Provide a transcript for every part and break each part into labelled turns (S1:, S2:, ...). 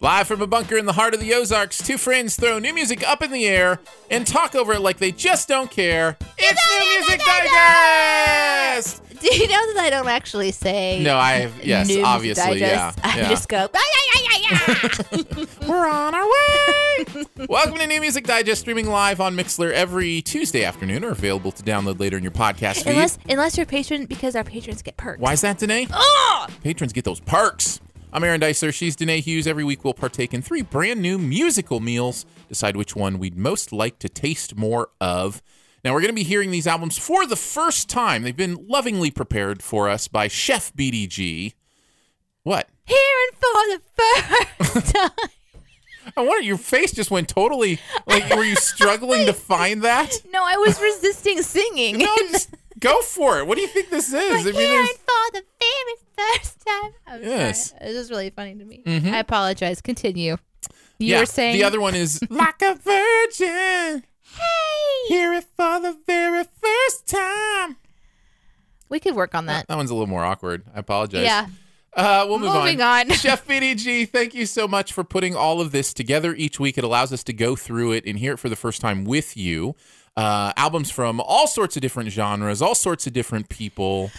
S1: Live from a bunker in the heart of the Ozarks, two friends throw new music up in the air and talk over it like they just don't care. It's New Music Digest!
S2: Do you know that I don't actually say?
S1: No, I have, yes,
S2: Noobs
S1: obviously, yeah.
S2: Digest? I
S1: yeah.
S2: just go. "Ah, yeah, yeah, yeah, yeah."
S1: We're on our way! Welcome to New Music Digest, streaming live on Mixler every Tuesday afternoon or available to download later in your podcast feed.
S2: unless unless you're a patron, because our patrons get perks.
S1: Why is that, Danae?
S2: Oh!
S1: Patrons get those perks. I'm Aaron Dicer. She's Danae Hughes. Every week we'll partake in three brand new musical meals, decide which one we'd most like to taste more of. Now we're going to be hearing these albums for the first time. They've been lovingly prepared for us by Chef BDG. What?
S2: Hearing for the first time.
S1: I wonder, your face just went totally like, were you struggling to find that?
S2: No, I was resisting singing.
S1: No, just go for it. What do you think this is? I mean,
S2: Hearing
S1: there's.
S2: for the very first time. I'm
S1: Yes. Mm-hmm.
S2: sorry. This is really funny to me. I apologize. Continue. You
S1: yeah,
S2: were saying
S1: the other one is like a virgin.
S2: Hey,
S1: Hear it for the very first time.
S2: we could work on that.
S1: That one's a little more awkward. I apologize.
S2: Yeah.
S1: Uh, we'll move
S2: Moving on.
S1: Chef BDG, thank you so much for putting all of this together each week. It allows us to go through it and hear it for the first time with you. Uh, albums from all sorts of different genres, all sorts of different people.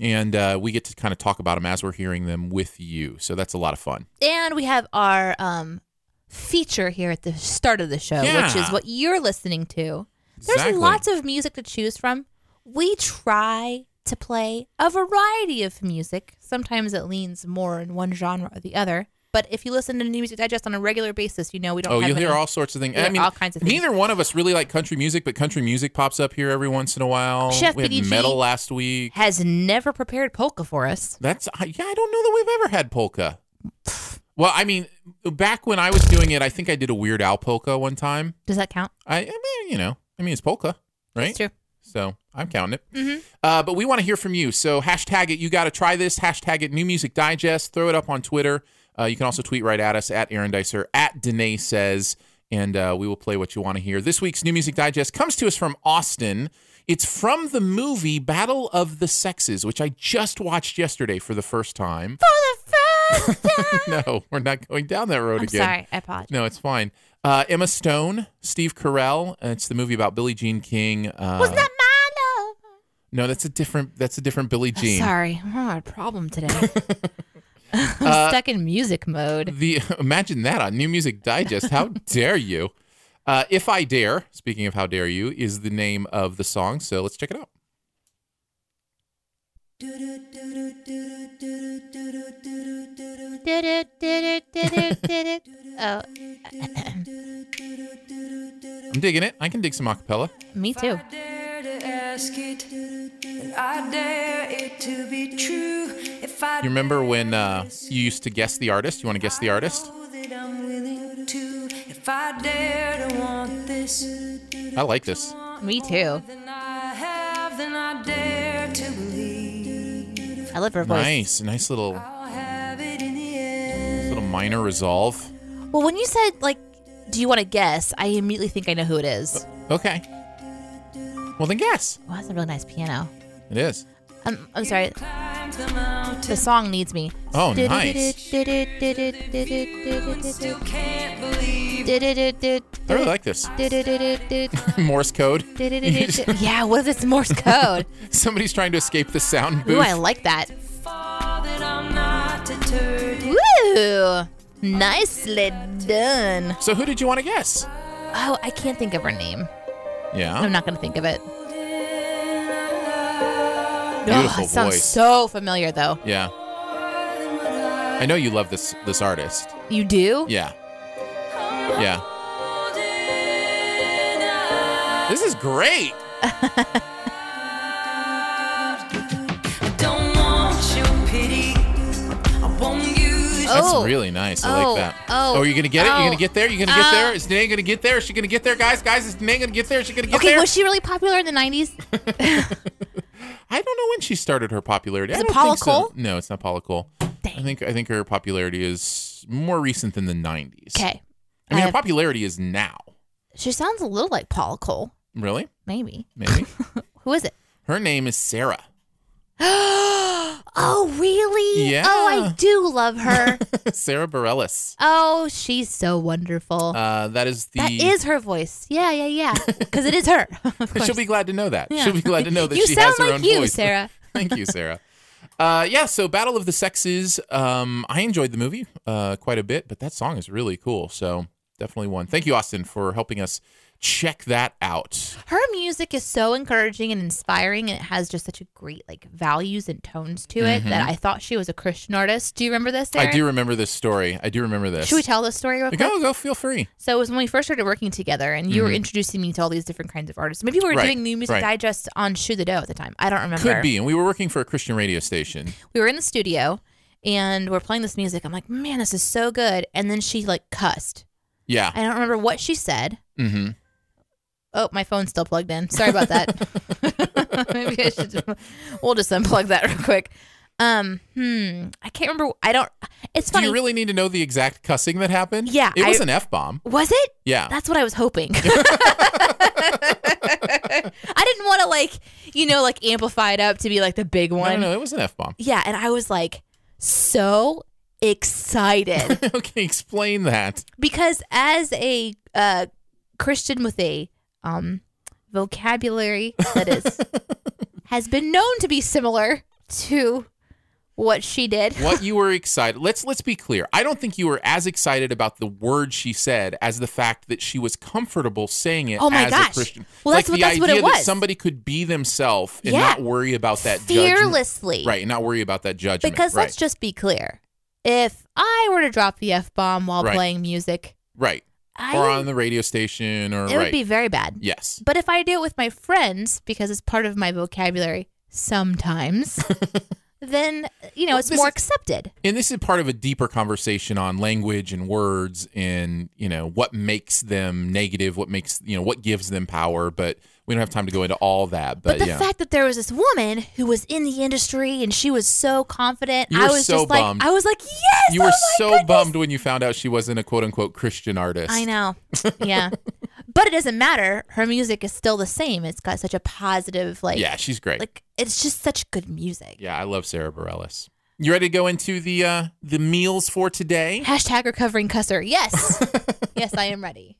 S1: And uh, we get to kind of talk about them as we're hearing them with you. So that's a lot of fun.
S2: And we have our um feature here at the start of the show, which
S1: Yeah.
S2: is what you're listening to. There's
S1: Exactly.
S2: lots of music to choose from. We try to play a variety of music. Sometimes it leans more in one genre or the other. But if you listen to New Music Digest on a regular basis, you know we don't.
S1: Oh,
S2: have
S1: you'll hear
S2: any-
S1: all sorts of things.
S2: Yeah,
S1: I mean,
S2: all kinds of things.
S1: Neither one of us really like country music, but country music pops up here every once in a while.
S2: Chef
S1: we had
S2: BDG.
S1: metal last week.
S2: Has never prepared polka for us.
S1: That's I- yeah. I don't know that we've ever had polka. Well, I mean, back when I was doing it, I think I did a Weird Al polka one time.
S2: Does that count?
S1: I, I mean, you know, I mean, it's polka, right?
S2: It's true.
S1: So I'm counting it.
S2: Mm-hmm.
S1: Uh, but we want to hear from you. So hashtag it. You got to try this. Hashtag it. New Music Digest. Throw it up on Twitter. Uh, you can also tweet right at us at Aaron Dicer at Danae says, and uh, we will play what you want to hear. This week's New Music Digest comes to us from Austin. It's from the movie Battle of the Sexes, which I just watched yesterday for the first time.
S2: For the first time.
S1: no, we're not going down that road
S2: I'm
S1: again.
S2: sorry. I apologize.
S1: No, it's fine. Uh, Emma Stone, Steve Carell. and It's the movie about Billie Jean King. Uh,
S2: Was that oh. my love?
S1: No, that's a different. That's a different Billie Jean.
S2: Oh, Sorry, I'm having a problem today. I'm
S1: Uh,
S2: stuck in music mode.
S1: The imagine that on New Music Digest. How dare you? Uh, if I dare. Speaking of how dare you, is the name of the song. So let's check it out.
S2: Did it, did it, did it, did it. Oh,
S1: I'm digging it. I can dig some acapella.
S2: me too.
S3: I dare to ask it, and I dare it to be true. If I
S1: You remember when uh, you used to guess the artist? You want to guess the artist?
S3: know that I'm willing to, if I dare to want this,
S1: I like this.
S2: Me too.
S3: then I have, then I dare to believe.
S2: I love her voice.
S1: Nice, nice little
S3: I'll have it in the end.
S1: little minor resolve.
S2: Well, when you said like, do you want to guess? I immediately think I know who it
S1: Uh,
S2: is.
S1: Okay. Well then, guess
S2: Well, that's a really nice piano.
S1: it is.
S2: I'm, I'm sorry.
S3: Climb the mountain,
S2: The song needs me.
S1: Oh, nice.
S3: still can't believe.
S1: I really like this. Morse code.
S2: Yeah, what if it's Morse code?
S1: Somebody's trying to escape the sound
S2: Ooh,
S1: booth.
S2: I like that.
S3: Fall that I'm not deterred.
S2: Woo! Nicely done.
S1: so who did you want to guess?
S2: Oh, I can't think of her name.
S1: Yeah.
S2: I'm not gonna think of it.
S1: Beautiful
S2: Oh, it sounds
S1: voice.
S2: so familiar though.
S1: yeah. I know you love this this artist.
S2: You do?
S1: Yeah. Yeah. This is great.
S3: Don't want your pity. I won't use
S2: Oh.
S1: That's really nice. I
S2: Oh,
S1: like that.
S2: oh,
S1: are you gonna get it? You
S2: oh,
S1: gonna get there? You gonna get
S2: uh,
S1: there? Is Danae gonna get there? Is she gonna get there, guys? Guys, is Danae gonna get there? Is she gonna get
S2: Okay,
S1: there?
S2: was she really popular in the 90s?
S1: I don't know when she started her popularity.
S2: Is
S1: I
S2: it
S1: don't
S2: Paula
S1: think so.
S2: Cole?
S1: No, it's not Paula Cole. I
S2: Dang.
S1: think I think her popularity is more recent than the '90s.
S2: Okay.
S1: I mean,
S2: I
S1: her
S2: have-
S1: popularity is now.
S2: She sounds a little like Paula Cole.
S1: Really?
S2: Maybe.
S1: Maybe.
S2: Who is it?
S1: her name is Sarah.
S2: Oh, really?
S1: Yeah.
S2: Oh, I do love her.
S1: Sarah Bareilles.
S2: oh, she's so wonderful.
S1: Uh, that is the.
S2: that is her voice. Yeah, yeah, yeah. Because it is her. Of course.
S1: She'll be glad to know that.
S2: Yeah.
S1: She'll be glad to know that
S2: you
S1: she
S2: sound
S1: has her
S2: like
S1: own
S2: you,
S1: voice.
S2: Sarah.
S1: Thank you, Sarah. Uh, yeah, so Battle of the Sexes. Um, I enjoyed the movie uh, quite a bit, but that song is really cool. So definitely one. Thank you, Austin, for helping us check that out.
S2: Her music is so encouraging and inspiring, and it has just such a great like values and tones to it that I thought she was a Christian artist. Do you remember this?
S1: Mm-hmm. I
S2: Aaron?
S1: do remember this story. I do remember this.
S2: Should we tell this story real quick?
S1: Go, go, feel free.
S2: So it was when we first started working together, and you were introducing me to all these different kinds of artists. Maybe we were
S1: Mm-hmm. Right,
S2: doing New Music
S1: right.
S2: Digest on Shoe the Dough at the time. I don't remember.
S1: Could be. And we were working for a Christian radio station.
S2: We were in the studio, and we're playing this music. I'm like, man, this is so good. And then she like cussed.
S1: Yeah.
S2: I don't remember what she said.
S1: Mm-hmm.
S2: Oh, my phone's still plugged in. Sorry about that. Maybe I should. Just, we'll just unplug that real quick. Um, hmm. I can't remember. I don't. It's
S1: Do
S2: funny.
S1: you really need to know the exact cussing that happened?
S2: Yeah,
S1: It was
S2: I-
S1: an F bomb.
S2: Was it?
S1: Yeah.
S2: That's what I was hoping. I didn't want to like, you know, like amplify it up to be like the big
S1: no,
S2: one.
S1: no, no, it was an F bomb.
S2: Yeah, and I was like so excited
S1: okay, explain that.
S2: because as a uh, Christian with a um, vocabulary that is has been known to be similar to what she did.
S1: what you were excited. Let's let's be clear. I don't think you were as excited about the word she said as the fact that she was comfortable saying it
S2: Oh my
S1: as a
S2: gosh.
S1: Christian.
S2: Well,
S1: like
S2: that's what-
S1: the
S2: that's
S1: idea
S2: what it
S1: that
S2: was.
S1: somebody could be themselves and
S2: Yeah.
S1: not worry about that judgment.
S2: Fearlessly.
S1: Right, and not worry about that judgment.
S2: Because
S1: right.
S2: let's just be clear. If I were to drop the F bomb while
S1: Right.
S2: playing music,
S1: right.
S2: I
S1: or on the radio station or
S2: it
S1: right.
S2: would be very bad.
S1: yes.
S2: But if I do it with my friends because it's part of my vocabulary sometimes, then you know, it's
S1: this
S2: more
S1: is-
S2: accepted.
S1: And this is part of a deeper conversation on language and words and, you know, what makes them negative, what makes, you know, what gives them power, but we don't have time to go into all that, but,
S2: But the
S1: yeah.
S2: fact that there was this woman who was in the industry and she was so confident,
S1: You
S2: I
S1: were
S2: was
S1: so
S2: just like,
S1: bummed.
S2: I was like, yes,
S1: you
S2: oh
S1: were
S2: my
S1: so
S2: goodness.
S1: bummed when you found out she wasn't a quote unquote Christian artist.
S2: I know, yeah, but it doesn't matter. Her music is still the same. It's got such a positive, like,
S1: Yeah, she's great.
S2: like it's just such good music.
S1: yeah, I love Sarah Bareilles. You ready to go into the uh, the meals for today?
S2: Hashtag recovering cusser. Yes, yes, I am ready.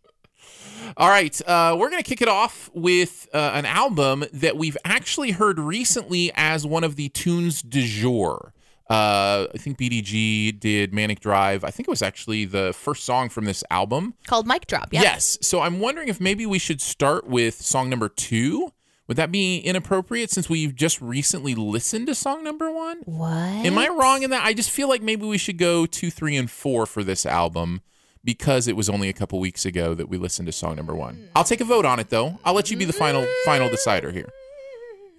S1: All right, uh, we're gonna kick it off with uh, an album that we've actually heard recently as one of the tunes du jour. Uh, I think BDG did Manic Drive. I think it was actually the first song from this album.
S2: Called mic drop. Yeah.
S1: Yes. So I'm wondering if maybe we should start with song number two. Would that be inappropriate since we've just recently listened to song number one?
S2: What?
S1: Am I wrong in that? I just feel like maybe we should go two, three, and four for this album because it was only a couple weeks ago that we listened to song number one. I'll take a vote on it though. I'll let you be the final final decider here.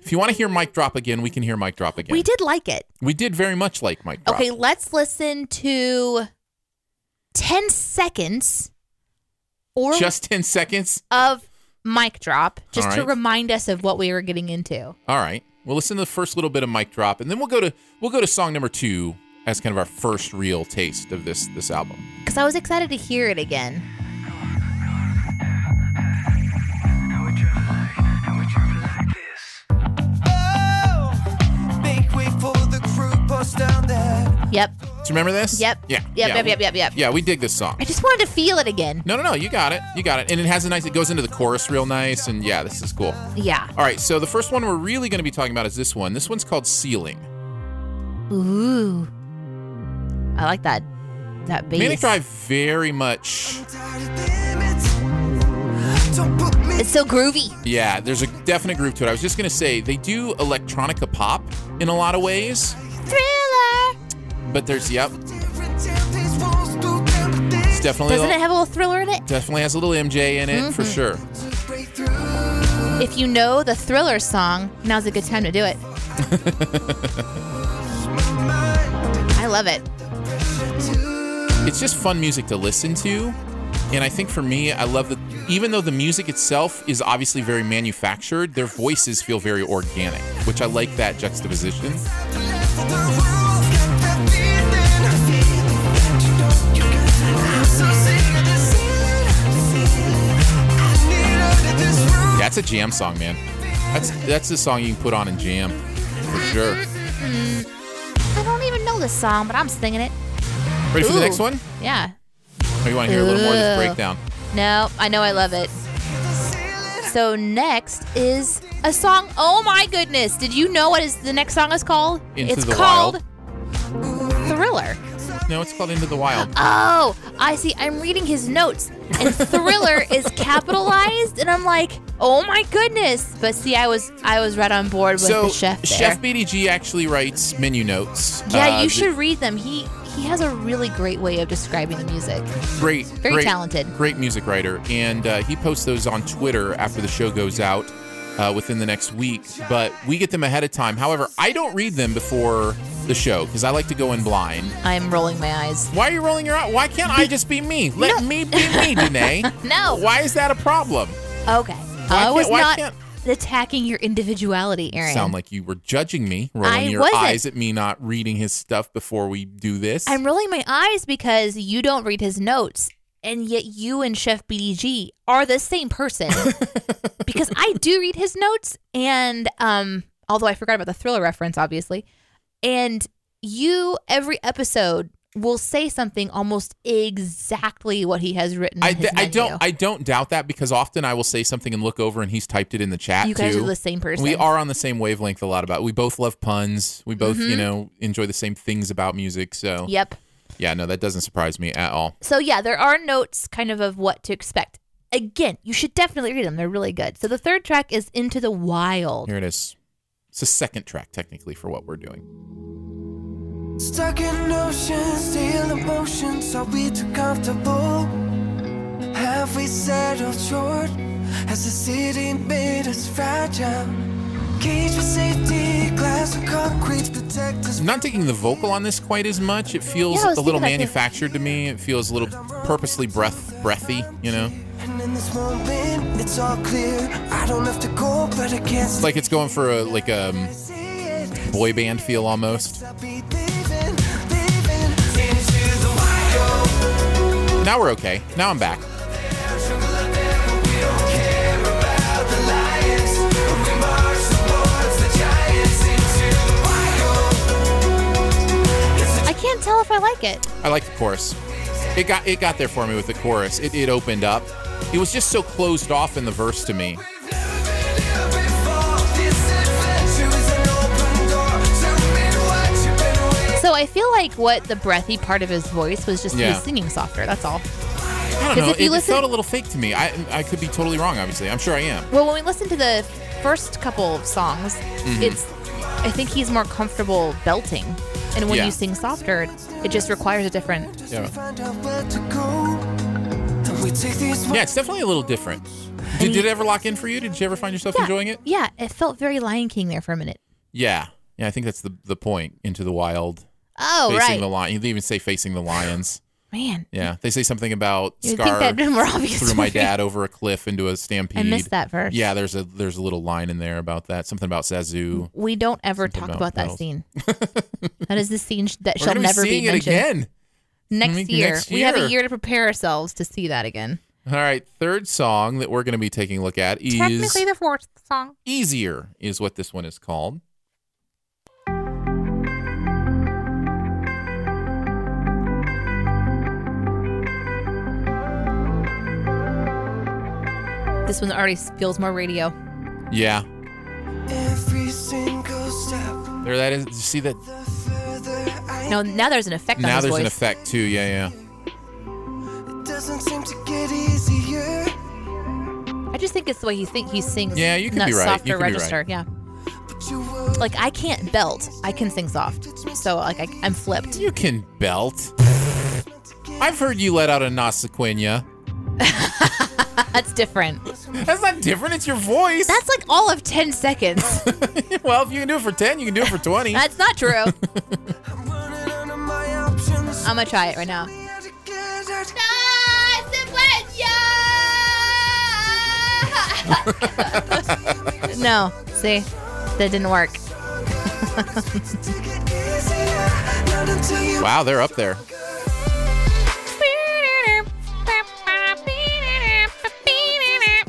S1: If you want to hear Mike drop again, we can hear Mike drop again.
S2: We did like it.
S1: We did very much like Mike drop.
S2: Okay, let's listen to 10 seconds or
S1: Just ten seconds.
S2: of mic drop just to
S1: Alright.
S2: remind us of what we were getting into.
S1: All right. We'll listen to the first little bit of mic drop, and then we'll go to we'll go to song number two as kind of our first real taste of this this album.
S2: Because I was excited to hear it again.
S4: Oh,
S2: Yep.
S1: Do you remember this?
S2: Yep.
S1: Yeah.
S2: Yep,
S1: yeah,
S2: yep, yep, yep, yep.
S1: Yeah, we dig this song.
S2: I just wanted to feel it again.
S1: No, no, no. You got it. You got it. And it has a nice. It goes into the chorus real nice, and yeah, this is cool.
S2: Yeah.
S1: All right. So the first one we're really going to be talking about is this one. This one's called Ceiling.
S2: Ooh. I like that that bass.
S1: Manic Drive very much.
S2: It's so groovy.
S1: Yeah, there's a definite groove to it. I was just going to say they do electronica pop in a lot of ways,
S2: Thriller.
S1: but there's yep. It's definitely a little-
S2: Doesn't it Mm-hmm. have a little thriller in it?
S1: Definitely has a little MJ in it for sure.
S2: If you know the thriller song, now's a good time to do it. I love it.
S1: It's just fun music to listen to. And I think for me, I love that even though the music itself is obviously very manufactured, their voices feel very organic, which I like that juxtaposition. That's a jam song, man. That's that's a song you can put on and jam for sure.
S2: this song, but I'm singing it.
S1: Ready for the
S2: Ooh.
S1: next one?
S2: Yeah.
S1: Or you want to hear a little more of this
S2: Ooh.
S1: breakdown?
S2: No, I know I love it. So next is a song. Oh my goodness! Did you know what is the next song is called?
S1: Into
S2: it's
S1: the
S2: called Thriller.
S1: No, it's called Into the Wild.
S2: Oh, I see. I'm reading his notes, and Thriller is capitalized, and I'm like, oh my goodness! But see, I was I was right on board with
S1: So
S2: the chef there.
S1: Chef BDG actually writes menu notes.
S2: yeah,
S1: Uh,
S2: you
S1: the-
S2: should read them. He he has a really great way of describing the music.
S1: great,
S2: Very
S1: great,
S2: talented.
S1: great music writer, and uh, he posts those on Twitter after the show goes out uh, within the next week. But we get them ahead of time. However, I don't read them before the show because I like to go in blind.
S2: I'm rolling my eyes.
S1: Why are you rolling your eye? Why can't I just be me? Let
S2: No.
S1: me be me, Danae.
S2: No.
S1: Why is that a problem?
S2: Okay, I
S1: can't-
S2: was
S1: why
S2: not
S1: can't-
S2: attacking your individuality, Aaron.
S1: Sound like you were judging me, rolling
S2: I
S1: your
S2: wasn't.
S1: eyes at me not reading his stuff before we do this.
S2: I'm rolling my eyes because you don't read his notes, and yet you and Chef BDG are the same person. because I do read his notes, and um, although I forgot about the thriller reference, obviously, and you every episode will say something almost exactly what he has written. in
S1: I,
S2: his
S1: I
S2: menu.
S1: don't I don't doubt that because often I will say something and look over and he's typed it in the chat
S2: you guys
S1: too.
S2: are the same person.
S1: We are on the same wavelength a lot about. We both love puns. We both,
S2: Mm-hmm.
S1: you know, enjoy the same things about music. So
S2: Yep.
S1: yeah, no, that doesn't surprise me at all.
S2: So yeah, there are notes kind of of what to expect. Again, you should definitely read them. They're really good. So the third track is Into the Wild.
S1: Here it is. It's the second track technically for what we're doing.
S3: Stuck in ocean, still emotions. Are we too comfortable? Have we settled short? Has the city made us fragile? Cage for safety, glass and concrete protect us.
S1: I'm not taking the vocal on this quite as much. It feels
S2: Yeah, I was
S1: a little
S2: thinking that too.
S1: manufactured to me. It feels a little purposely breath breathy, you know.
S3: And in this moment, it's all clear. I don't have to go, but I can't
S1: It's like it's going for a like a um,
S3: see it.
S1: boy band feel almost.
S3: I'll be leaving, leaving into the wild.
S1: Now we're okay. Now I'm back.
S2: I can't tell if I like it.
S1: I like the chorus. It got it got there for me with the chorus. It, it opened up. It was just so closed off in the verse to me.
S2: So I feel like what the breathy part of his voice was just
S1: Yeah.
S2: he's singing softer. That's all.
S1: I
S2: 'Cause
S1: don't know.
S2: if you
S1: it,
S2: listen-
S1: it felt a little fake to me. I I could be totally wrong. Obviously, I'm sure I am.
S2: Well, when we listen to the first couple of songs,
S1: Mm-hmm.
S2: it's I think he's more comfortable belting, and when
S1: Yeah.
S2: you sing softer, it just requires a different.
S1: Yeah, yeah
S3: Yeah,
S1: it's definitely a little different. Did, did it ever lock in for you? Did you ever find yourself
S2: Yeah,
S1: enjoying it?
S2: Yeah, it felt very Lion King there for a minute.
S1: Yeah, yeah. I think that's the the point. Into the wild,
S2: Oh
S1: facing
S2: right,
S1: the lion. They even say facing the lions.
S2: man.
S1: Yeah, they say something about
S2: You would think
S1: scar
S2: that'd been more obvious.
S1: threw
S2: to
S1: my
S2: me.
S1: dad over a cliff into a stampede.
S2: I missed that verse.
S1: Yeah, there's a there's a little line in there about that. Something about Zazu.
S2: We don't ever
S1: Something
S2: talk
S1: about
S2: about that
S1: bells.
S2: scene. that is the scene sh- that
S1: We're
S2: shall
S1: gonna
S2: never
S1: be seeing it
S2: mentioned.
S1: again.
S2: Next,
S1: Next
S2: year, we have
S1: year.
S2: a year to prepare ourselves to see that again.
S1: All right, third song that we're going to be taking a look at is
S2: Technically, the fourth song.
S1: Easier, is what this one is called.
S2: This one already feels more radio.
S1: Yeah,
S3: Every single step,
S1: there that is. Did you see that?
S3: the further I
S2: No, now there's an effect
S1: now
S2: on his
S1: there's
S2: voice.
S1: an effect too. Yeah, yeah.
S3: doesn't seem to get easier.
S2: I just think it's the way he think he sings.
S1: Yeah, you could
S2: not
S1: be right.
S2: Softer
S1: You could be right.
S2: register. Yeah.
S3: But you will
S2: Like I can't belt. I can sing soft. So like I, I'm flipped.
S1: You can belt. I've heard you let out a Nasaquina.
S2: That's different.
S1: That's not different. It's your voice.
S2: That's like all of ten seconds.
S1: well, if you can do it for ten, you can do it for twenty.
S2: That's not true.
S3: I'm running out of my options.
S2: I'm gonna try it right now.
S3: How to get out of
S2: no, see, that didn't work.
S3: Take it easy now, not until you
S1: wow, they're up there.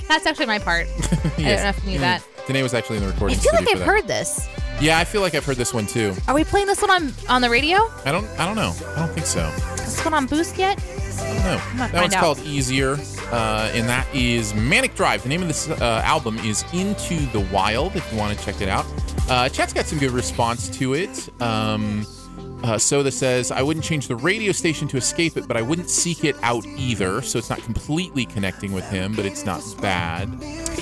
S2: That's actually my part. I don't know if you knew that.
S1: Danae was actually in the
S2: I
S1: recording
S2: feel
S1: studio
S2: like I've
S1: for that.
S2: heard this.
S1: yeah, Yeah, I feel like I've heard this one too.
S2: Are we playing this one on on the radio?
S1: I don't. I don't know. I don't think so.
S2: Is this one on Boost yet?
S1: No,
S2: gonna
S1: that
S2: find
S1: one's
S2: out.
S1: called Easier, uh, and that is Manic Drive. The name of this uh, album is Into the Wild. If you want to check it out, uh, chat's got some good response to it. Um, uh, Soda says, "I wouldn't change the radio station to escape it, but I wouldn't seek it out either. So it's not completely connecting with him, but it's not bad."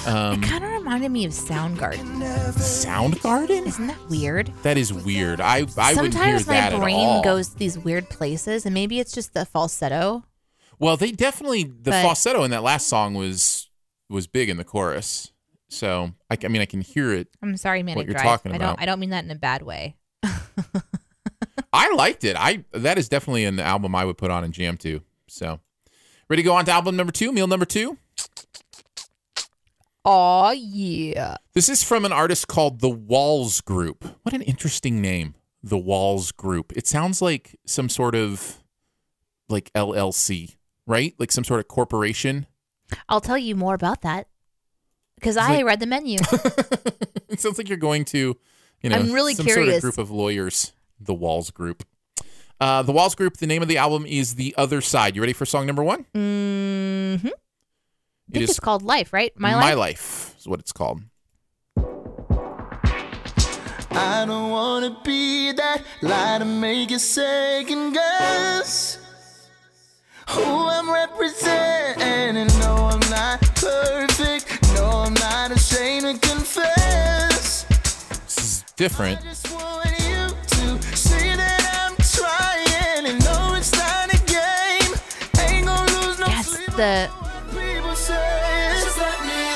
S1: Um,
S2: It kind of reminded me of Soundgarden.
S1: Soundgarden?
S2: Isn't that weird?
S1: That is weird. I I wouldn't hear
S2: Sometimes my
S1: that at
S2: brain
S1: all.
S2: goes to these weird places, and maybe it's just the falsetto.
S1: Well, they definitely the
S2: But-
S1: falsetto in that last song was was big in the chorus. So I, c- I mean, I can hear it.
S2: I'm sorry, Manic
S1: you're
S2: Drive.
S1: talking
S2: I
S1: about.
S2: don't. I don't mean that in a bad way.
S1: I liked it. I that is definitely an album I would put on and jam to. So ready to go on to album number two, meal number two.
S2: Oh yeah.
S1: This is from an artist called The Walls Group. What an interesting name, The Walls Group. It sounds like some sort of like LLC, right? Like some sort of corporation.
S2: I'll tell you more about that because
S1: It's
S2: I
S1: like-
S2: read the menu.
S1: it sounds like you're going to, you know,
S2: I'm really
S1: some sort
S2: curious.
S1: of group of lawyers, the Walls Group. Uh, the Walls Group. The name of the album is "The Other Side." You ready for song number
S2: Mm,
S1: one?
S2: hmm I think
S1: It
S2: it's
S1: is
S2: called Life, right? My,
S1: My
S2: Life.
S1: Life" is what it's called.
S4: I don't wanna be that lie to make you second guess who I'm representing. No, I'm not perfect. No, I'm not ashamed to confess.
S1: This is different.
S4: I just want you to see that I'm trying and know it's not a game. Ain't gonna lose no
S2: Yes,
S4: sleep
S2: the-
S4: over what people say. Just let me live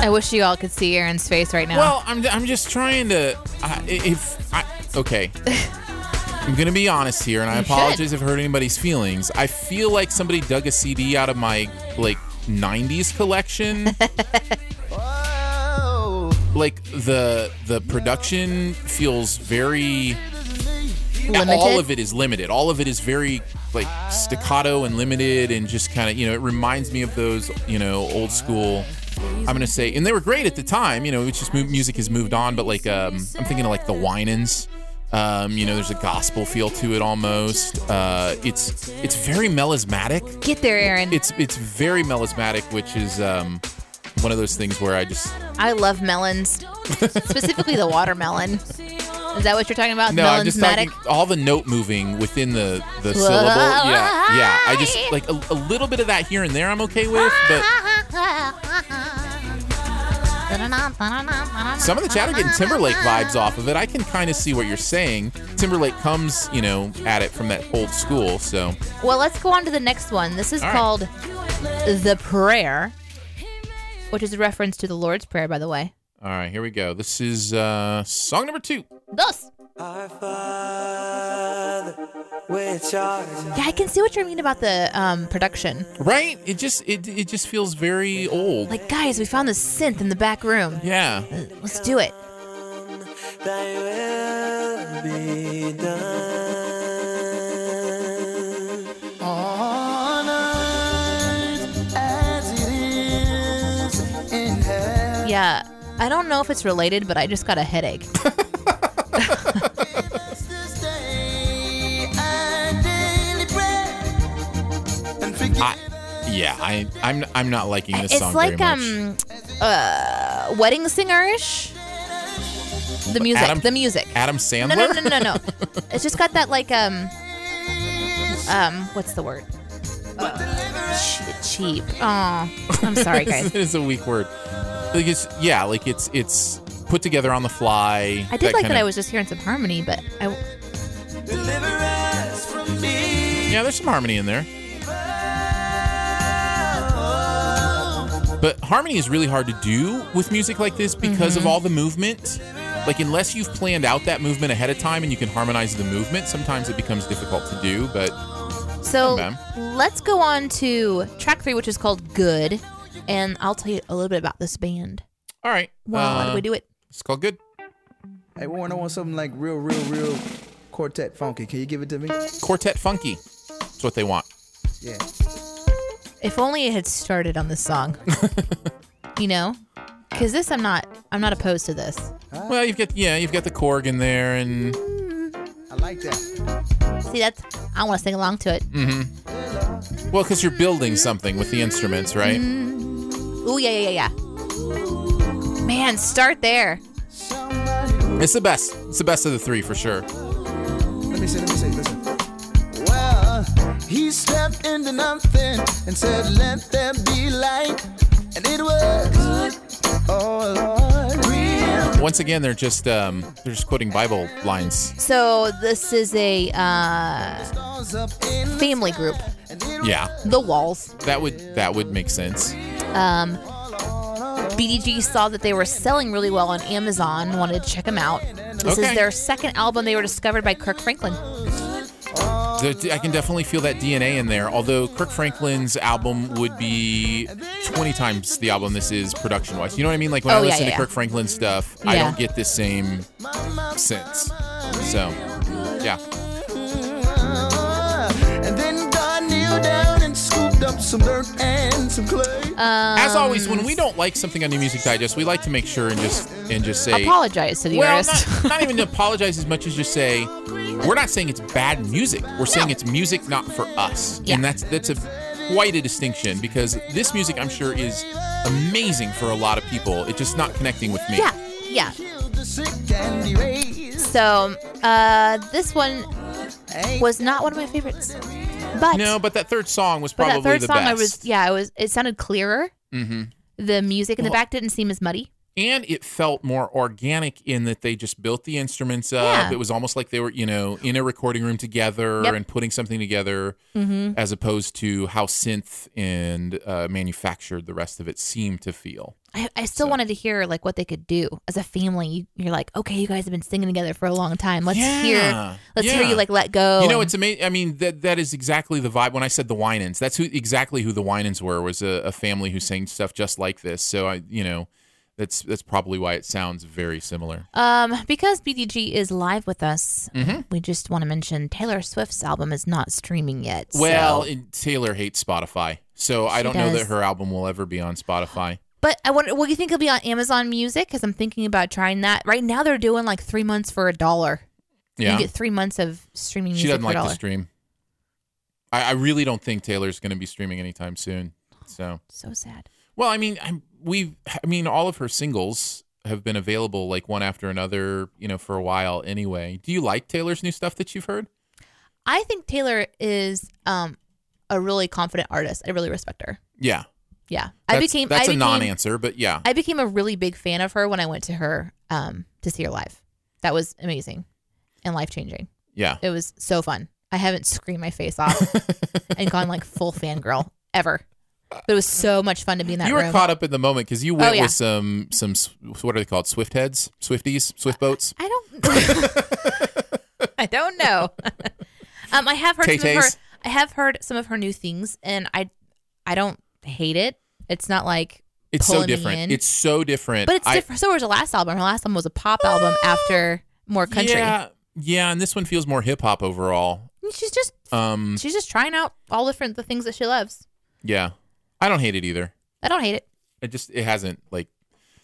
S2: I wish you all could see Aaron's face right now.
S1: Well, I'm I'm just trying to. I if I okay. I'm gonna be honest here, and I
S2: You should.
S1: apologize if I hurt anybody's feelings. I feel like somebody dug a CD out of my like '90s collection.
S4: Oh,
S1: like the the production feels very
S2: Limited.
S1: all of it is limited all of it is very like staccato and limited and just kind of you know it reminds me of those you know old school i'm gonna say and they were great at the time you know it's just mu- music has moved on but like um i'm thinking of like the winans um, you know, there's a gospel feel to it almost. Uh, it's it's very melismatic
S2: Get there, Aaron.
S1: it's it's very melismatic, which is um, one of those things where I just
S2: I love melons, specifically the watermelon. Is that what you're talking about?
S1: no, I'm
S2: melons
S1: just talking all the note moving within the the syllable. Yeah, yeah. I just like a, a little bit of that here and there. I'm okay with, but some of the chat are getting Timberlake vibes off of it. I can kind of see what you're saying. Timberlake comes, you know, at it from that old school. So
S2: Well, let's go on to the next one. This is
S1: All right.
S2: called The Prayer, which is a reference to the Lord's Prayer, by the way.
S1: all right, here we go. This is uh, song number two.
S2: Thus.
S3: Our Father, which art in
S2: Yeah, I can see what you mean about the um, production.
S1: Right? It just it it just feels very old.
S2: Like, guys, we found this synth in the back room.
S1: yeah.
S2: Let's do it.
S3: thy will be done.
S4: on earth as it is in heaven.
S2: Yeah. I don't know if it's related, but I just got a headache.
S4: Give us this day our daily bread, and forgive
S1: I, yeah, I, I'm, I'm not liking this
S2: it's
S1: song
S2: like
S1: very much.
S2: um uh wedding singer-ish the music
S1: Adam-
S2: the music
S1: Adam Sandler.
S2: no no no no no it's just got that like um um what's the word uh, che- cheap oh i'm sorry guys
S1: it's a weak word. Like it's, yeah, like it's, it's put together on the fly.
S2: i did like
S1: kinda-
S2: that i was just hearing some harmony but i
S3: Deliver us from evil.
S1: Yeah, there's some harmony in there. But harmony is really hard to do with music like this because
S2: Mm-hmm.
S1: of all the movement. Like unless you've planned out that movement ahead of time and you can harmonize the movement, sometimes it becomes difficult to do. But
S2: so
S1: Come
S2: let's go on to track three which is called good and i'll tell you a little bit about this band
S1: all right,
S2: wow how
S1: uh,
S2: do we do it
S1: It's called good.
S5: Hey, Warren, I want something like real, real, real quartet funky. Can you give it to me?
S1: Quartet funky. That's what they want.
S5: Yeah.
S2: if only it had started on this song you know, because this I'm not I'm not opposed to this.
S1: Well, you've got yeah, you've got the Korg in there, and
S5: I like that.
S2: See, that's I want to sing along to it.
S1: well, because you're building something with the instruments, right?
S2: Mm-hmm. Ooh yeah yeah yeah yeah. Man, start there.
S1: It's the best. It's the best of the three for sure.
S5: Let me see. Let me see. Listen.
S4: Well, he stepped into nothing and said, Let there be light. And it was good. Oh, Lord. Real.
S1: Once again, they're just um, they're just quoting Bible lines.
S2: So this is a uh,
S4: Stars up in the
S2: family
S4: sky.
S2: group,
S4: And it
S1: Yeah,
S2: The Walls.
S1: that would that would make sense.
S2: Um, BDG saw that they were selling really well on Amazon, wanted to check them out. This
S1: Okay.
S2: is their second album. They were discovered by Kirk Franklin.
S1: The- I can definitely feel that DNA in there. Although Kirk Franklin's album would be 20 times the album this is production wise. You know what I mean? Like when
S2: Oh,
S1: I
S2: yeah,
S1: listen to
S2: yeah, yeah.
S1: Kirk Franklin stuff, I
S2: Yeah.
S1: don't get the same sense. So, yeah.
S4: was- And then God kneeled down and scooped up some dirt and some clay.
S2: Uh.
S1: As always, when we don't like something on New Music Digest, we like to make sure and just and just say
S2: Apologize to the
S1: Well,
S2: artist.
S1: not, not even to apologize as much as just say we're not saying it's bad music. We're saying it's music not for us,
S2: Yeah.
S1: and that's that's a quite a distinction because this music I'm sure is amazing for a lot of people. It's just not connecting with me.
S2: yeah, yeah.
S4: Healed the sick and he raised.
S2: So uh, this one was not one of my favorites, but
S1: No, but that third song was
S2: but
S1: probably
S2: that third
S1: the
S2: song,
S1: best.
S2: I was yeah, it was it sounded clearer. Mm-hmm. The music in the
S1: Well-
S2: back didn't seem as muddy.
S1: and it felt more organic in that they just built the instruments up.
S2: Yeah.
S1: It was almost like they were, you know, in a recording room together
S2: Yep.
S1: and putting something together,
S2: Mhm.
S1: as opposed to how synth and uh, manufactured the rest of it seemed to feel.
S2: I, I still wanted to hear like what they could do as a family. You, you're like, okay, you guys have been singing together for a long time. Let's
S1: Yeah,
S2: hear, let's hear
S1: yeah.
S2: you like let go.
S1: You know,
S2: and-
S1: it's amazing. I mean, that that is exactly the vibe. When I said the Winans, that's who exactly who the Winans were was a, a family who sang stuff just like this. So I, you know, that's that's probably why it sounds very similar. Mm-hmm.
S2: Um, because BDG is live with us, we just want to mention Taylor Swift's album is not streaming yet.
S1: Well,
S2: so-
S1: and Taylor hates Spotify, so I
S2: She
S1: don't know
S2: does.
S1: that her album will ever be on Spotify.
S2: but I wonder, well, you think it'll be on Amazon Music? Because I'm thinking about trying that. Right now, they're doing like three months for a dollar.
S1: Yeah,
S2: You get three months of streaming
S1: she
S2: music
S1: doesn't
S2: for
S1: like
S2: a
S1: to
S2: dollar.
S1: stream. I, I really don't think Taylor's going to be streaming anytime soon. So,
S2: so sad.
S1: well, I mean, I'm, we, I mean, all of her singles have been available like one after another, you know, for a while anyway. Do you like Taylor's new stuff that you've heard?
S2: I think Taylor is um a really confident artist. I really respect her.
S1: Yeah,
S2: Yeah, I
S1: that's,
S2: became
S1: that's
S2: I
S1: a
S2: became,
S1: non-answer, but yeah,
S2: I became a really big fan of her when I went to her um to see her live. That was amazing and life changing.
S1: yeah.
S2: It was so fun. I haven't screamed my face off and gone like full fangirl ever. But it was so much fun to be in that
S1: You were
S2: room. Oh,
S1: caught up in the moment because you went
S2: yeah.
S1: with some some s- what are they called? Swift heads, Swifties, Swift boats.
S2: I don't. I don't know. um, I have heard some of her.
S1: Tay-tays.
S2: I have heard some of her new things, and I, I don't hate it. It's not like
S1: It's so
S2: pulling me in.
S1: different. It's so different.
S2: but it's
S1: I- Ah,
S2: different. So was her last album. Her last album was a pop album after more country.
S1: Yeah, yeah, and this one feels more hip hop overall.
S2: And She's just
S1: Um,
S2: she's just trying out all different the things that she loves.
S1: yeah, I don't hate it either.
S2: I don't hate it.
S1: It just it hasn't like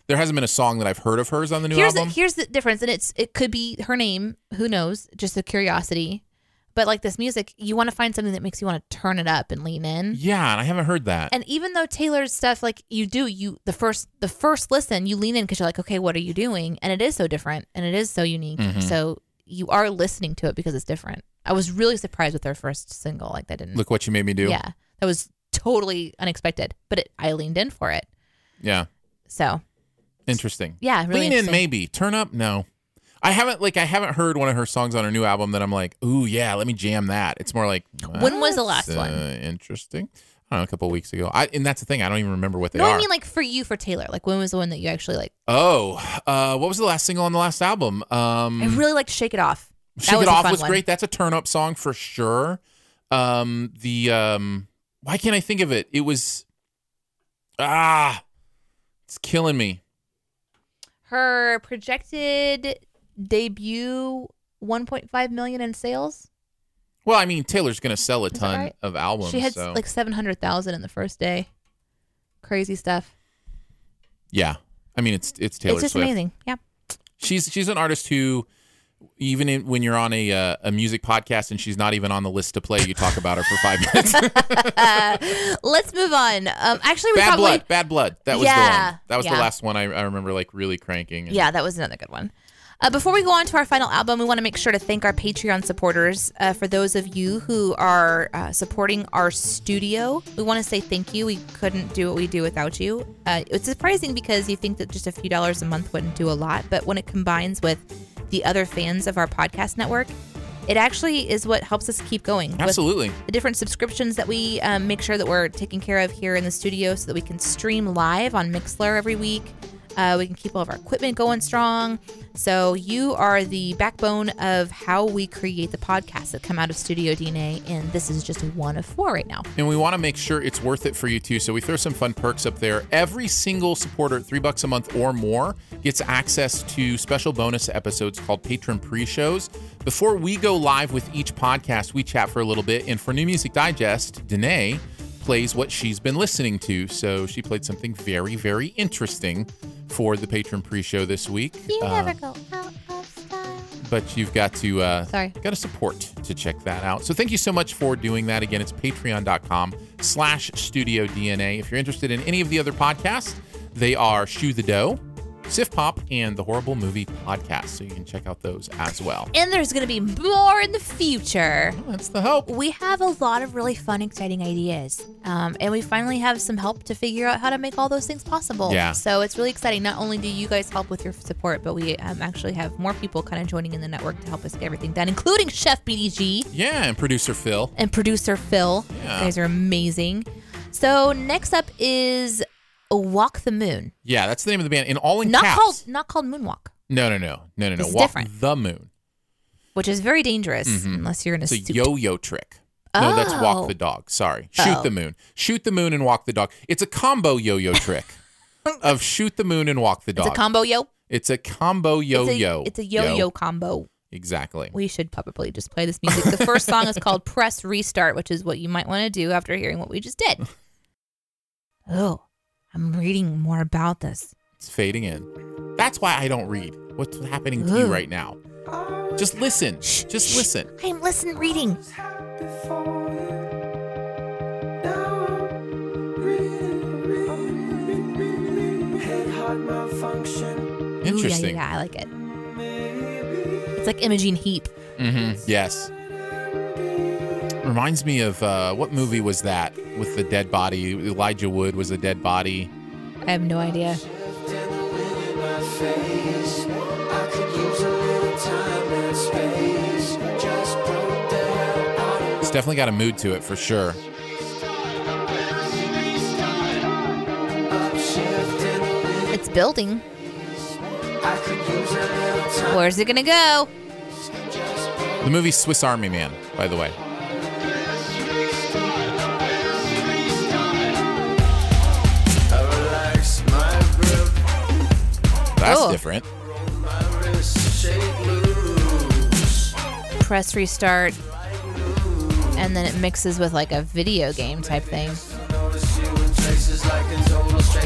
S1: there hasn't been a song that I've heard of hers on the new
S2: here's
S1: album.
S2: The, here's the difference, and it's it could be her name. Who knows? Just a curiosity. But like this music, you want to find something that makes you want to turn it up and lean in.
S1: yeah, and I haven't heard that.
S2: And even though Taylor's stuff, like you do, you the first the first listen, you lean in because you're like, okay, what are you doing? And it is so different, and it is so unique.
S1: Mm-hmm.
S2: So you are listening to it because it's different. I was really surprised with their first single. Like that didn't.
S1: Look what you made me do.
S2: yeah, that was totally unexpected. But it, I leaned in for it.
S1: Yeah.
S2: So
S1: Interesting.
S2: yeah, really
S1: Lean in
S2: interesting.
S1: maybe. Turn up no. I haven't like I haven't heard one of her songs on her new album that I'm like, "Ooh, yeah, let me jam that." It's more like
S2: When was the
S1: "That's,
S2: last one?"
S1: uh, Interesting. I don't know, a couple weeks ago. I and that's the thing, I don't even remember what they
S2: No,
S1: are.
S2: I mean like for you, for Taylor. Like when was the one that you actually like?
S1: oh, uh what was the last single on the last album? Um
S2: I really liked Shake It Off. That
S1: Shake
S2: was
S1: It
S2: a
S1: Off
S2: fun
S1: was
S2: one.
S1: great. That's a turn up song for sure. Um, the um, why can't I think of it? It was ah, it's killing me.
S2: Her projected debut 1.5 million in sales.
S1: Well, I mean, Taylor's gonna sell a
S2: that
S1: ton
S2: right?
S1: of albums.
S2: she had
S1: so.
S2: like 700,000 in the first day. Crazy stuff.
S1: Yeah. I mean, it's it's Taylor
S2: it's just
S1: Swift.
S2: amazing. Yeah.
S1: She's she's an artist who, even in, when you're on a uh, a music podcast and she's not even on the list to play, you talk about her for five minutes.
S2: Let's move on. Um, actually, we
S1: bad
S2: probably
S1: blood, bad blood. That was the
S2: Yeah.
S1: one. That was the
S2: Yeah.
S1: last one I, I remember like really cranking. and-
S2: Yeah, that was another good one. Uh, before we go on to our final album, we want to make sure to thank our Patreon supporters. Uh, for those of you who are uh, supporting our studio, we want to say thank you. We couldn't do what we do without you. Uh, it's surprising because you think that just a few dollars a month wouldn't do a lot, but when it combines with the other fans of our podcast network, it actually is what helps us keep going. with
S1: Absolutely.
S2: the different subscriptions that we um, make sure that we're taking care of here in the studio so that we can stream live on Mixler every week. Uh, we can keep all of our equipment going strong. So you are the backbone of how we create the podcasts that come out of Studio DNA, and this is just one of four right now.
S1: And we want to make sure it's worth it for you too. So we throw some fun perks up there. Every single supporter at three bucks a month or more gets access to special bonus episodes called patron pre-shows. Before we go live with each podcast, we chat for a little bit. And for New Music Digest, Danae plays what she's been listening to. So she played something very, very interesting for the patron pre-show this week.
S2: You
S1: Uh,
S2: never go out of style.
S1: but you've got to uh,
S2: Sorry.
S1: got to support to check that out. So thank you so much for doing that. Again, it's patreon.com slash studio DNA. If you're interested in any of the other podcasts, they are Shoe the Dough, Sif Pop, and the Horrible Movie Podcast. So you can check out those as well.
S2: And there's going to be more in the future.
S1: That's the hope.
S2: We have a lot of really fun, exciting ideas. Um, and we finally have some help to figure out how to make all those things possible.
S1: Yeah.
S2: So it's really exciting. Not only do you guys help with your support, but we um, actually have more people kind of joining in the network to help us get everything done, including Chef BDG
S1: Yeah, and producer Phil.
S2: and producer Phil.
S1: Yeah.
S2: You guys are amazing. So next up is Walk the Moon.
S1: Yeah, that's the name of the band. And all in
S2: Not
S1: caps.
S2: called not called Moonwalk,
S1: no, no, no, no, no, no.
S2: This is
S1: Walk
S2: different.
S1: the moon.
S2: which is very dangerous unless you're in a
S1: Mm-hmm. It's a
S2: suit.
S1: yo-yo trick. No, that's walk
S2: Oh.
S1: the dog. Sorry, shoot
S2: Oh.
S1: the moon. Shoot the moon and walk the dog. It's a combo yo-yo trick of shoot the moon and walk the
S2: it's
S1: dog.
S2: a combo yo.
S1: It's a combo
S2: It's a-
S1: yo-yo.
S2: It's a yo yo combo.
S1: Exactly.
S2: we should probably just play this music. The first song is called Press Restart, which is what you might want to do after hearing what we just did. Oh, I'm reading more about this.
S1: It's fading in. That's why I don't read. What's happening to you
S2: Ooh.
S1: right now? Just listen.
S2: Shh,
S1: Just
S2: shh.
S1: listen.
S2: I am listening, reading.
S1: Interesting.
S2: Ooh, yeah, yeah, yeah, I like it. It's like Imogene Heap.
S1: hmm Yes. Reminds me of uh, what movie was that with the dead body? Elijah Wood was a dead body.
S2: I have no idea.
S1: It's definitely got a mood to it for sure.
S2: It's building. Where's it gonna go?
S1: The movie Swiss Army Man, by the way. That's
S2: Oh.
S1: different.
S2: Press restart. And then it mixes with like a video game type thing.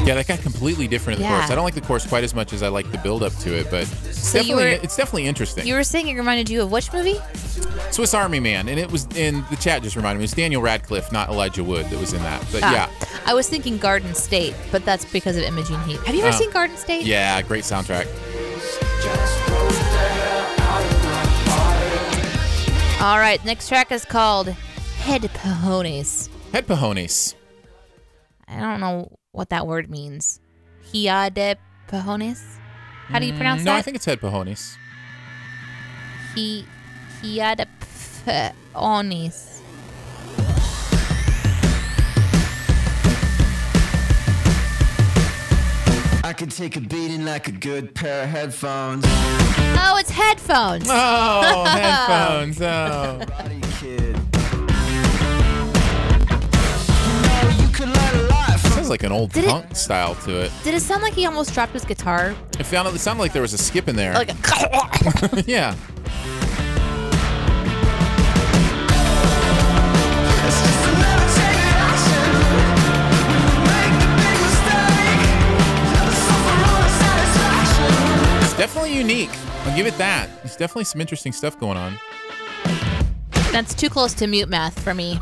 S1: Yeah, that got completely different in the
S2: Yeah.
S1: course. I don't like the course quite as much as I like the build up to it, but it's,
S2: So you
S1: definitely,
S2: were-
S1: it's definitely interesting.
S2: You were saying it reminded you of which movie?
S1: Swiss Army Man, and it was in the chat just reminded me. It was Daniel Radcliffe, not Elijah Wood, that was in that. But
S2: Ah,
S1: yeah,
S2: I was thinking Garden State, but that's because of Imogene Heap. Have you ever
S1: Oh.
S2: seen Garden State?
S1: yeah, great soundtrack.
S2: All right, next track is called Head Pajones.
S1: Head Pajones.
S2: I don't know what that word means. Hia de Pajones? How do you pronounce
S1: No,
S2: that?
S1: I think it's Head Pajones.
S2: He, Hia de Pajones.
S4: I could take a beating like a good pair of headphones.
S2: Oh, it's headphones.
S1: Oh, headphones. Oh.
S4: Body kid. You know, you could learn a lot from
S1: Sounds like an old
S2: Did it-
S1: punk style to it.
S2: Did it sound like he almost dropped his guitar?
S1: It found it sounded like there was a skip in there.
S2: Like, a
S1: yeah.
S4: It's just a levitating action. When you make the big mistake, you're the suffer
S1: Definitely unique. I'll give it that. There's definitely some interesting stuff going on.
S2: That's too close to mute math for me.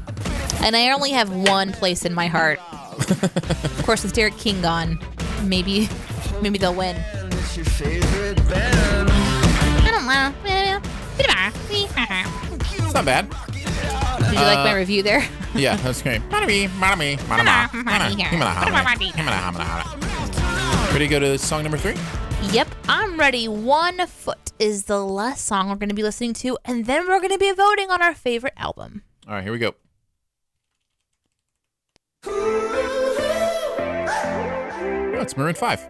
S2: And I only have one place in my heart. of course, with Derek King gone, maybe, maybe they'll win.
S4: It's your favorite band.
S2: I don't know.
S1: It's not bad.
S2: Did you like my review there?
S1: Yeah, that's great. Ready to go to song number three?
S2: Yep, I'm ready. One Foot is the last song we're going to be listening to, and then we're going to be voting on our favorite album.
S1: All right, here we go. Oh, it's Maroon 5.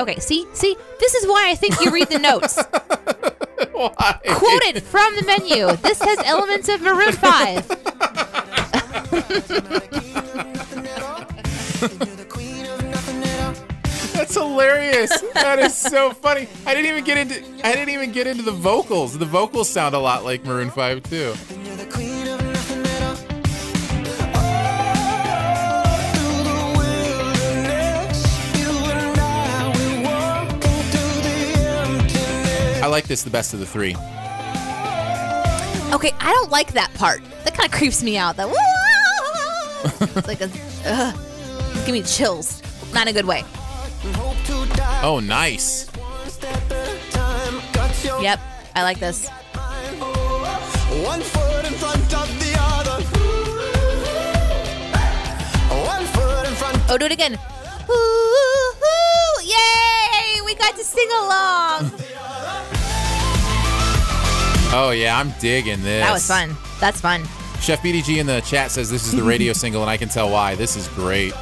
S2: Okay, see, see, this is why I think you read the notes.
S1: Why?
S2: Quoted from the menu. This has elements of Maroon 5.
S1: That's hilarious. that is so funny. I didn't even get into I didn't even get into the vocals. The vocals sound a lot like Maroon 5 too. I like this the best of the three.
S2: Okay, I don't like that part. That kind of creeps me out. That it's like a, ugh, give me chills. Not in a good way.
S1: Oh, nice.
S2: Yep, I like this.
S4: oh, One foot in front of the other. One foot in front.
S2: Oh, do it again. Ooh, ooh, yay! We got to sing along.
S1: Oh yeah, I'm digging this.
S2: That was fun. That's fun.
S1: Chef BDG in the chat says this is the radio single, and I can tell why. This is great.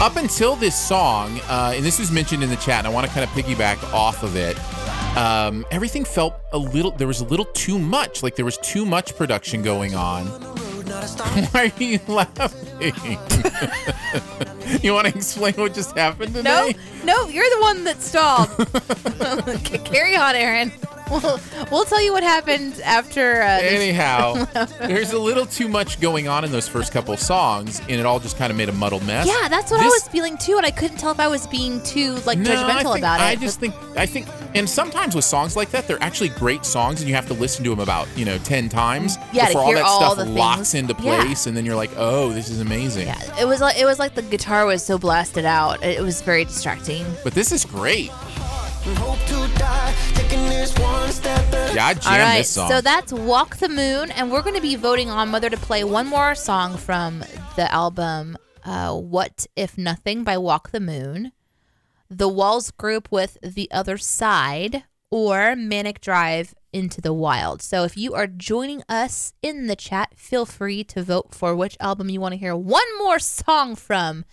S1: Up until this song, uh, and this was mentioned in the chat, and I want to kind of piggyback off of it. Um, everything felt a little. There was a little too much. Like there was too much production going on. Why are you laughing? you want to explain what just happened today?
S2: No, no, you're the one that stalled. Okay, Carry on, Aaron. We'll, we'll tell you what happened after. Uh, this-
S1: Anyhow, there's a little too much going on in those first couple songs, and it all just kind of made a muddled mess.
S2: yeah, that's what I
S1: This-
S2: was feeling too, and I couldn't tell if I was being too like
S1: No, I
S2: judgmental
S1: think-
S2: about it.
S1: I just think I think, and sometimes with songs like that, they're actually great songs, and you have to listen to them about you know ten times
S2: Yeah, to
S1: before all
S2: hear
S1: that
S2: all
S1: stuff
S2: the things.
S1: locks into
S2: Yeah.
S1: place, and then you're like, oh, this is amazing.
S2: Yeah, it was like it was like the guitar was so blasted out. It was very distracting.
S1: But this is great.
S4: Hope to die. Taking this one step at
S1: Yeah, I
S2: All
S1: jam
S2: right,
S1: this song.
S2: so that's Walk the Moon, and we're going to be voting on whether to play one more song from the album uh, What If Nothing by Walk the Moon, The Walls Group with The Other Side, or Manic Drive into the Wild. So if you are joining us in the chat, feel free to vote for which album you want to hear one more song from.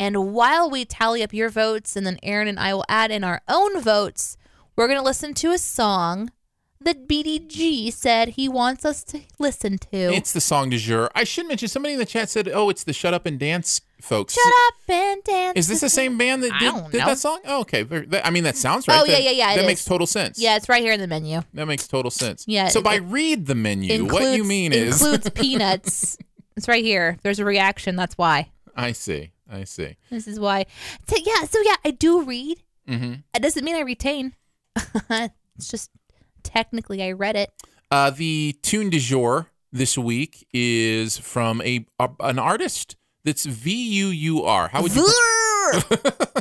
S2: And while we tally up your votes, and then Aaron and I will add in our own votes, we're going to listen to a song that BDG said he wants us to listen to.
S1: it's the song du jour. I should mention somebody in the chat said, oh, it's the Shut Up and Dance folks.
S2: Shut up and dance.
S1: Is this the same band that
S2: I
S1: did,
S2: don't
S1: did
S2: know.
S1: that song? Oh, okay. Very- that- I mean, that sounds right.
S2: Oh, yeah,
S1: That-
S2: yeah, yeah, it
S1: That
S2: is.
S1: makes total sense.
S2: Yeah, it's right here in the menu.
S1: That makes total sense.
S2: Yeah,
S1: So
S2: it-
S1: by
S2: it
S1: read the menu,
S2: includes,
S1: what you mean is
S2: includes peanuts. It's right here. There's a reaction. That's why.
S1: I see. I see.
S2: This is why. So, yeah. So yeah, I do read.
S1: hmm
S2: It doesn't mean I retain. it's just technically I read it.
S1: Uh, the tune du jour this week is from a, a- an artist that's V U U R. How would you?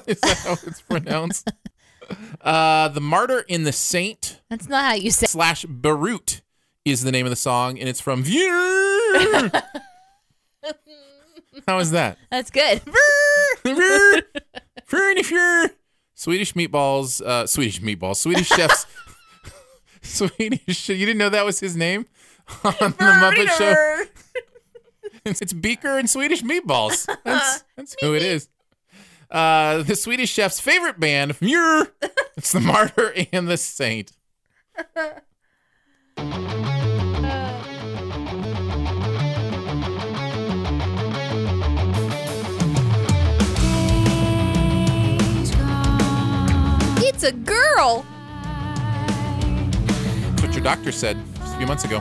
S1: is that how it's pronounced? uh, the martyr in the saint
S2: That's not how you say.
S1: slash Barut is the name of the song, and it's from View. How is that?
S2: That's good.
S1: Furniture. Swedish meatballs. Uh, Swedish meatballs. Swedish chefs. Swedish. You didn't know that was his name on the Muppet Show. It's, it's Beaker and Swedish meatballs. That's, that's who it is. Uh, the Swedish chef's favorite band. Mjur. It's the Martyr and the Saint.
S2: It's a girl.
S1: That's what your doctor said just a few months ago.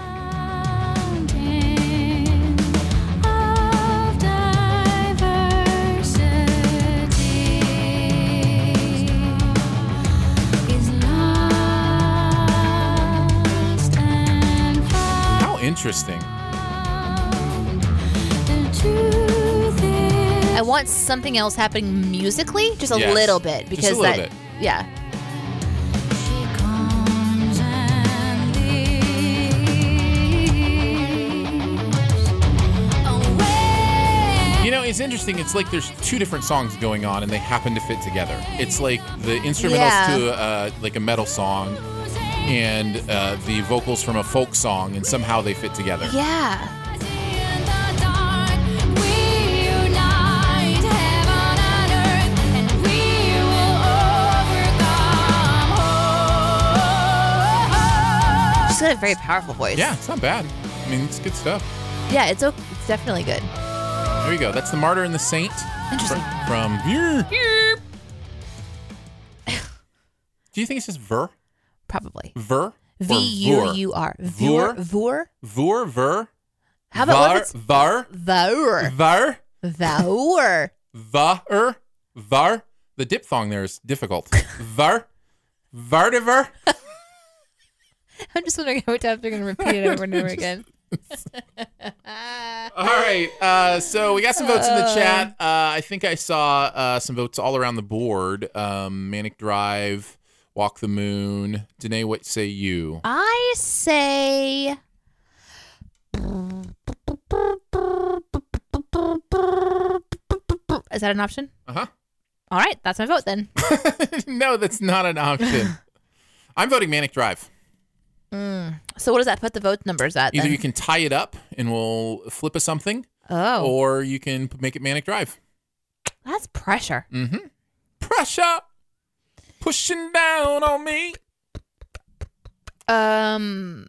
S6: of diverses.
S1: Interesting.
S2: I want something else happening musically, just a
S1: Yes.
S2: little bit,
S1: Just a
S2: because
S1: little
S2: that,
S1: bit.
S2: yeah.
S1: You know, it's interesting. It's like there's two different songs going on, and they happen to fit together. It's like the instrumentals
S2: Yeah.
S1: to uh, like a metal song, and uh, the vocals from a folk song, and somehow they fit together.
S2: Yeah. She's got a very powerful voice.
S1: Yeah, it's not bad. I mean, it's good stuff.
S2: Yeah, it's, okay. it's definitely good.
S1: There you go. That's the Martyr and the Saint.
S2: Interesting.
S1: fr- From, Ver. Do you think it's just Ver?
S2: Probably.
S1: Ver? Or
S2: V U U R.
S1: Vur?
S2: Vur? Vur?
S1: Vor? Ver?
S2: How about
S1: var,
S2: what if it's
S1: Var?
S2: Vur?
S1: Var?
S2: Vur.
S1: Var? er, Var? The diphthong there is difficult. Var? Vardiver?
S2: I'm just wondering how many times we're going to repeat it over and over again.
S1: All right. Uh, so we got some votes in the chat. Uh, I think I saw uh, some votes all around the board. Um, Manic Drive, Walk the Moon. Danae, what say you?
S2: I say. Is that an option?
S1: Uh huh.
S2: All right, that's my vote then.
S1: no, that's not an option. I'm voting Manic Drive.
S2: So what does that put the vote numbers at?
S1: Either
S2: Then?
S1: you can tie it up and we'll flip a something,
S2: oh,
S1: or you can p- make it Manic Drive.
S2: that's pressure.
S1: Pressure pushing down on me. Mm.
S2: Um,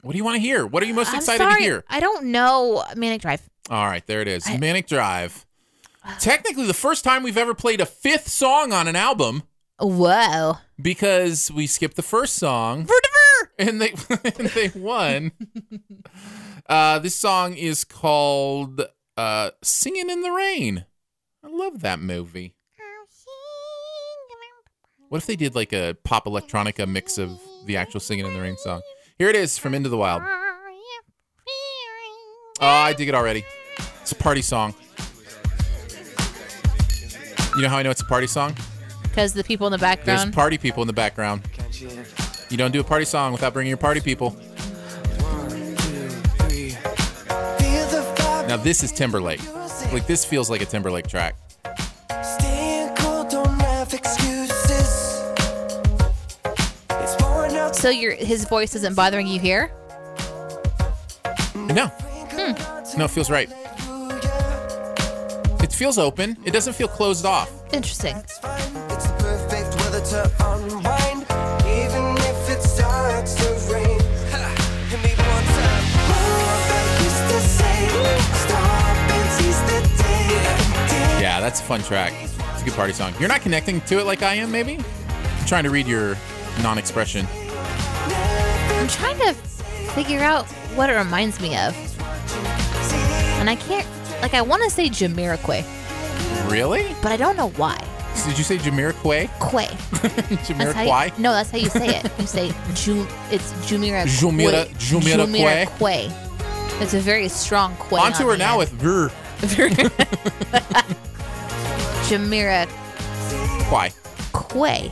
S1: What do you want to hear? What are you most
S2: I'm
S1: excited
S2: sorry,
S1: to hear?
S2: I don't know. Manic Drive.
S1: All right, there it is. Manic Drive. Technically, the first time we've ever played a fifth song on an album
S2: Whoa.
S1: because we skipped the first song and they and they won. uh, this song is called uh, "Singing in the Rain." I love that movie. What if they did like a pop electronica mix of the actual "Singing in the Rain" song? Here it is from Into the Wild. Oh, I dig it already. It's a party song. You know how I know it's a party song?
S2: Because the people in the
S1: There's
S2: background.
S1: party people in the background. You don't do a party song without bringing your party people. Now this is Timberlake. Like this feels like a Timberlake track.
S3: Staying cool, don't have excuses. It's pouring out
S2: so your his voice isn't bothering you here.
S1: No, no, it feels right. It feels open. It doesn't feel closed off.
S2: Interesting.
S3: It's fine, it's the perfect weather to unwind. Even if it starts to rain. Ha! Hit me one time. Movement is the same. Stop and seize the day. Day
S1: Yeah, that's a fun track. It's a good party song. You're not connecting to it like I am, maybe? I'm trying to read your non-expression.
S2: I'm trying to figure out what it reminds me of, and I can't. Like I want to say Jamiroquai,
S1: Really?
S2: but I don't know why.
S1: Did you say Jamiroquai?
S2: Quay. That's how you-
S1: Jamiroquai?
S2: no, that's how you say it. You say Ju, it's Jumira.
S1: Jumira- Jumira Quay.
S2: Quay. It's a very strong Quay.
S1: Onto
S2: on
S1: her
S2: the
S1: now with
S2: end.
S1: Ver
S2: Jumira
S1: Quai.
S2: Quay.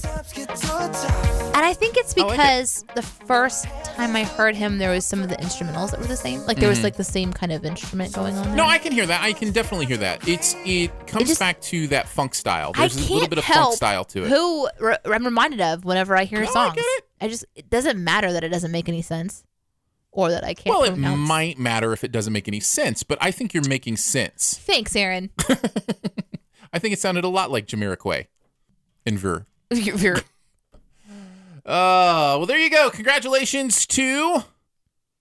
S3: times get so tough.
S2: And I think it's
S1: I like it.
S2: because the first time I heard him, there was some of the instrumentals that were the same. Like there was like the same kind of instrument going on. There.
S1: Mm-hmm. No, I can hear that. I can definitely hear that. It's it comes
S2: just-
S1: back to that funk style.
S2: I
S1: There's
S2: can't
S1: a little bit of
S2: help
S1: funk style to it.
S2: Who re- I'm reminded of whenever I hear
S1: No, I
S2: songs.
S1: get it.
S2: I just it doesn't matter that it doesn't make any sense, or that I can't.
S1: well, it
S2: pronounce.
S1: might matter if it doesn't make any sense, but I think you're making sense.
S2: Thanks, Aaron.
S1: I think it sounded a lot like Jamiroquai and Ver.
S2: You're- you're-
S1: Uh, well, there you go. Congratulations to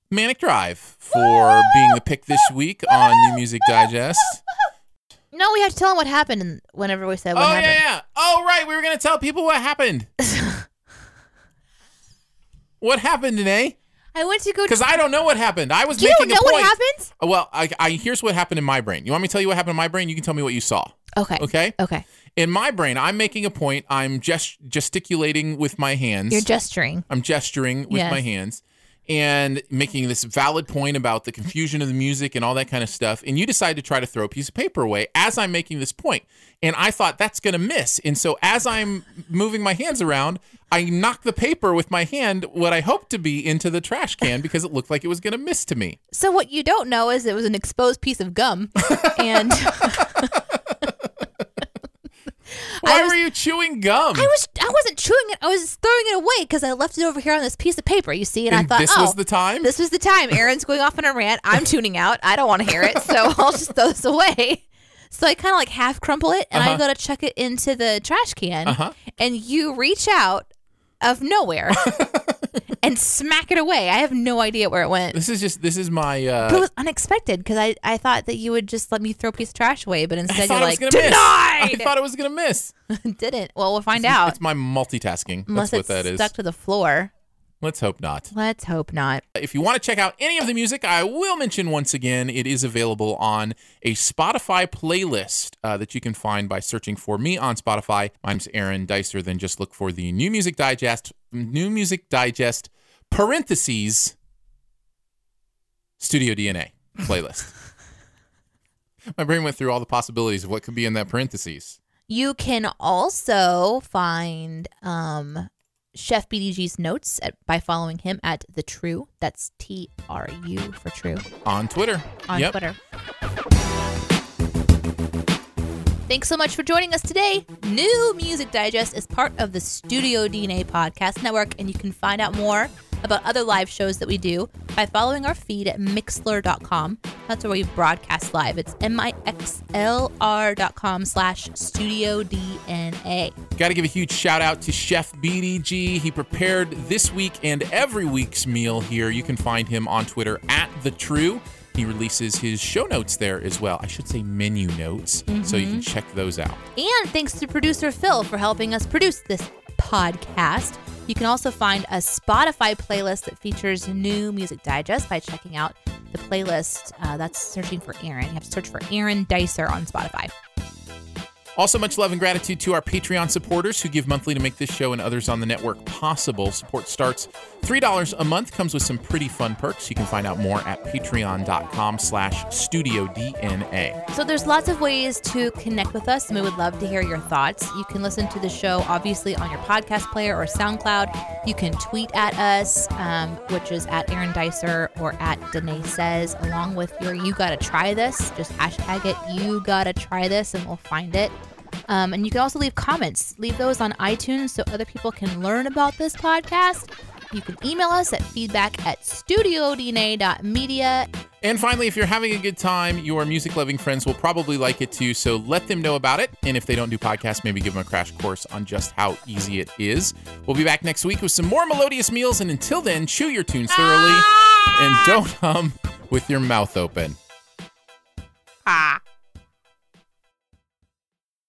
S1: Manic Drive for being the pick this week on New Music Digest.
S2: no, we have to tell him what happened. And whenever we said
S1: Oh
S2: what happened,
S1: yeah, yeah. Oh right, we were gonna tell people what happened. what happened today?
S2: I went to go.
S1: Because I don't know what happened. I was
S2: You don't
S1: making
S2: know
S1: a point.
S2: what happened?
S1: Uh, Well, I, I here's what happened in my brain. You want me to tell you what happened in my brain? You can tell me what you saw.
S2: Okay.
S1: Okay.
S2: Okay.
S1: In my brain, I'm making a point. I'm just gesticulating with my hands.
S2: You're gesturing.
S1: I'm gesturing with
S2: Yes.
S1: my hands, and making this valid point about the confusion of the music and all that kind of stuff. And you decide to try to throw a piece of paper away as I'm making this point. And I thought that's going to miss. And so as I'm moving my hands around, I knock the paper with my hand, what I hoped to be, into the trash can because it looked like it was going to miss to me.
S2: So what you don't know is it was an exposed piece of gum, and I
S1: Why
S2: was-
S1: were you chewing gum?
S2: was I wasn't chewing it. I was throwing it away because I left it over here on this piece of paper. You see, and, I
S1: And
S2: thought,
S1: this
S2: oh,
S1: was the time?
S2: This was the time. Aaron's going off on a rant. I'm tuning out. I don't want to hear it, so I'll just throw this away. So I kind of like half crumple it,
S1: Uh-huh.
S2: and I go to chuck it into the trash can, and you reach out of nowhere and smack it away. I have no idea where it went.
S1: this is just this is my
S2: But it
S1: uh
S2: was unexpected because I, I thought that you would just let me throw a piece of trash away, but
S1: I
S2: instead
S1: thought
S2: you're
S1: it
S2: like,
S1: was gonna miss. I
S2: denied!
S1: thought it was gonna miss.
S2: Didn't. Well, we'll find out.
S1: It's my multitasking.
S2: Unless
S1: That's what
S2: it's
S1: that is.
S2: stuck to the floor.
S1: Let's hope not.
S2: Let's hope not.
S1: If you want to check out any of the music, I will mention once again, it is available on a Spotify playlist uh, that you can find by searching for me on Spotify. My name's Aaron Dicer. Then just look for the New Music Digest, New Music Digest parentheses Studio DNA playlist. My brain went through all the possibilities of what could be in that parentheses.
S2: You can also find um, Chef BDG's notes at, by following him at The True. That's T R U for true
S1: On Twitter.
S2: on
S1: Yep.
S2: Twitter. Thanks so much for joining us today. New Music Digest is part of the Studio DNA Podcast Network, and you can find out more about other live shows that we do by following our feed at mixler.com. That's where we broadcast live. It's M-I-X-L-R dot com slash Studio DNA.
S1: Got to give a huge shout out to Chef BDG. He prepared this week and every week's meal here. You can find him on Twitter at The True. He releases his show notes there as well. I should say menu notes, so you can check those out.
S2: And thanks to producer Phil for helping us produce this podcast. You can also find a Spotify playlist that features new music digest by checking out the playlist. Uh, that's searching for Aaron. You have to search for Aaron Dicer on Spotify.
S1: Also, much love and gratitude to our Patreon supporters who give monthly to make this show and others on the network possible. Support starts $3 a month, comes with some pretty fun perks. You can find out more at patreon.com slash studio DNA.
S2: So there's lots of ways to connect with us, and we would love to hear your thoughts. You can listen to the show obviously on your podcast player or SoundCloud. You can tweet at us, um, which is at Aaron Dicer or at Danae Says, along with your "You Gotta Try This." Just hashtag it "You Gotta Try This," and we'll find it. Um, and you can also leave comments. Leave those on iTunes so other people can learn about this podcast. You can email us at feedback at studiodna.media
S1: And finally, if you're having a good time, your music loving friends will probably like it too, so let them know about it. And if they don't do podcasts, maybe give them a crash course on just how easy it is. We'll be back next week with some more melodious meals, and until then, chew your tunes thoroughly and don't hum with your mouth open.
S2: Ah.